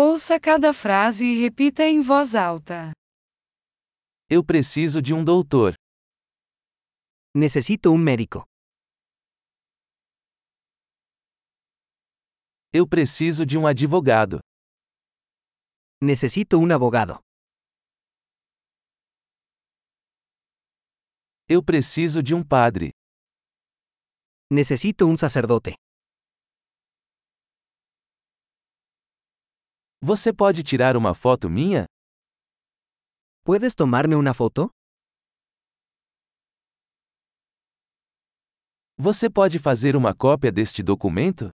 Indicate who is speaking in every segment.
Speaker 1: Ouça cada frase e repita em voz alta.
Speaker 2: Eu preciso de um doutor.
Speaker 3: Necesito un médico.
Speaker 2: Eu preciso de um advogado.
Speaker 3: Necesito un abogado.
Speaker 2: Eu preciso de um padre.
Speaker 3: Necesito un sacerdote.
Speaker 2: Você pode tirar uma foto minha?
Speaker 3: ¿Puedes tomarme una foto?
Speaker 2: Você pode fazer uma cópia deste documento?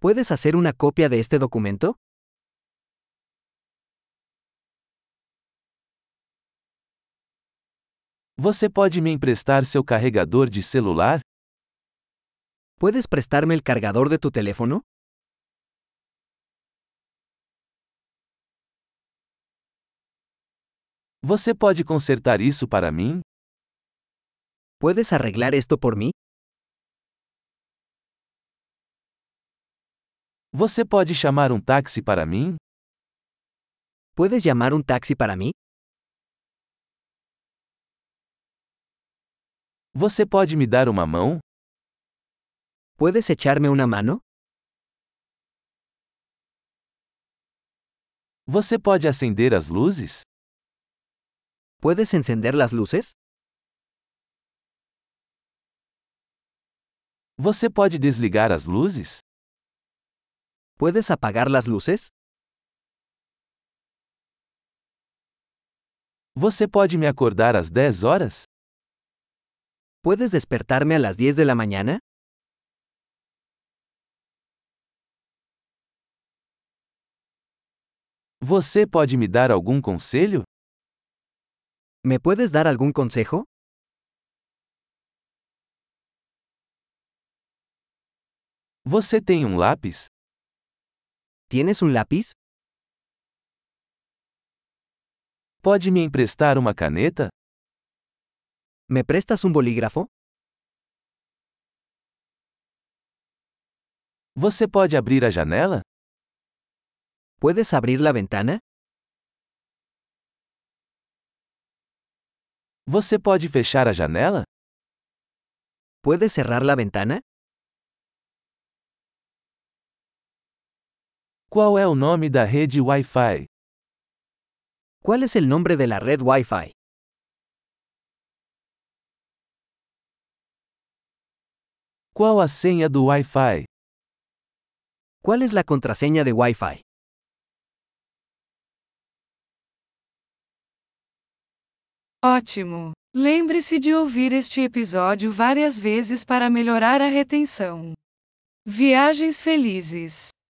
Speaker 3: ¿Puedes hacer una copia de este documento?
Speaker 2: Você pode me emprestar seu carregador de celular?
Speaker 3: ¿Puedes prestarme el cargador de tu teléfono?
Speaker 2: Você pode consertar isso para mim?
Speaker 3: ¿Puedes arreglar esto por mí?
Speaker 2: Você pode chamar um táxi para mim?
Speaker 3: ¿Puedes llamar un taxi para mí?
Speaker 2: Você pode me dar uma mão?
Speaker 3: ¿Puedes echarme una mano?
Speaker 2: Você pode acender as luzes?
Speaker 3: ¿Puedes encender las luces?
Speaker 2: Você pode desligar as luzes?
Speaker 3: ¿Puedes apagar las luces?
Speaker 2: Você pode me acordar às 10 horas?
Speaker 3: ¿Puedes despertarme a las 10 de la mañana?
Speaker 2: Você pode me dar algum conselho?
Speaker 3: ¿Me puedes dar algún consejo?
Speaker 2: Você tem um lápis?
Speaker 3: ¿Tienes un lápiz?
Speaker 2: Pode me emprestar uma caneta?
Speaker 3: ¿Me prestas un bolígrafo?
Speaker 2: Você pode abrir a janela?
Speaker 3: ¿Puedes abrir la ventana?
Speaker 2: Você pode fechar a janela?
Speaker 3: ¿Puedes cerrar la ventana?
Speaker 2: Qual é o nome da rede Wi-Fi?
Speaker 3: ¿Cuál es el nombre de la red Wi-Fi?
Speaker 2: Qual a senha do Wi-Fi?
Speaker 3: ¿Cuál es la contraseña de Wi-Fi?
Speaker 1: Ótimo! Lembre-se de ouvir este episódio várias vezes para melhorar a retenção. Viagens felizes!